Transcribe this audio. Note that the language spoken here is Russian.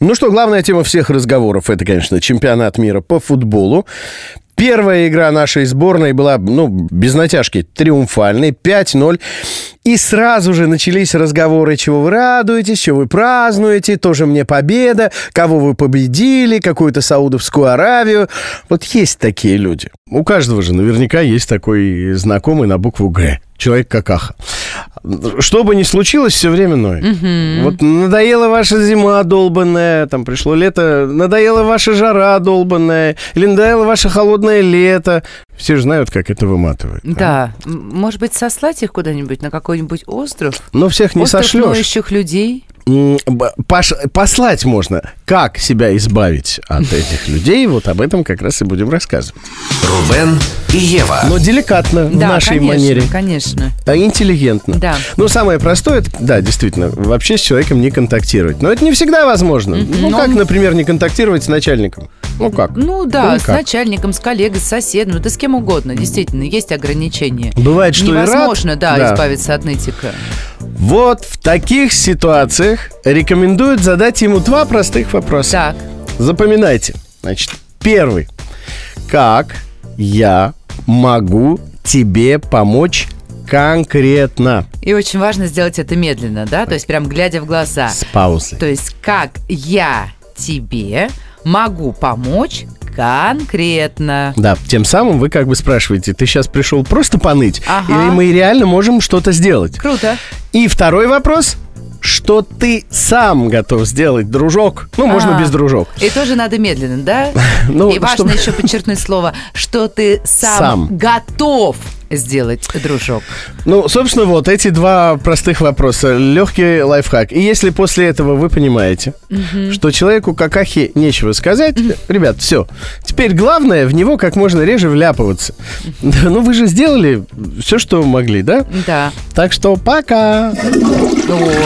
Ну что, главная тема всех разговоров, это, конечно, чемпионат мира по футболу. Первая игра нашей сборной была, ну, без натяжки, триумфальной, 5-0. И сразу же начались разговоры, чего вы радуетесь, чего вы празднуете, тоже мне победа, кого вы победили, какую-то Саудовскую Аравию. Вот есть такие люди. У каждого же наверняка есть такой знакомый на букву «Г». Человек какаха. Что бы ни случилось, все время ноет. Вот надоела ваша зима долбанная, там пришло лето, надоела ваша жара долбанная, или надоело ваше холодное лето. Все же знают, как это выматывает. а? Да. М- Может быть, сослать их куда-нибудь на какой-нибудь остров? Но всех не остров сошлешь. ноющих людей. М, б- пош- послать можно. Как себя избавить от этих людей? Вот об этом как раз и будем рассказывать. Рубен и Ева. Но деликатно, в да, нашей конечно, манере. конечно. А интеллигентно. Да. Ну, самое простое, это, да, действительно, вообще с человеком не контактировать. Но это не всегда возможно. Ну, но- как, например, не контактировать с начальником? Ну, как? Ну да, Ну, с как? начальником, с коллегой, с соседом, да с кем угодно. Действительно, есть ограничения. Бывает, что и рад. Невозможно, да, Да. избавиться от нытика. Вот в таких ситуациях рекомендуют задать ему два простых вопроса. Так, Запоминайте. Значит, первый. Как я могу тебе помочь конкретно? и очень важно сделать это медленно, да, то есть прям глядя в глаза. С паузой. То есть как я тебе могу помочь конкретно. Да, тем самым вы как бы спрашиваете, ты сейчас пришел просто поныть, Ага. или мы реально можем что-то сделать? Круто. И второй вопрос, что ты сам готов сделать, дружок? Ну, можно А. без дружок. И тоже надо медленно, да? Ну, И важно чтобы- еще подчеркнуть слово, что ты сам, Сам. готов сделать, дружок. Ну, собственно, вот эти два простых вопроса. Легкий лайфхак. И если после этого вы понимаете, что человеку какахи нечего сказать, ребят, все. Теперь главное в него как можно реже вляпываться. Да, ну, вы же сделали все, что могли, да? Да. Ну, Так что пока. Ой.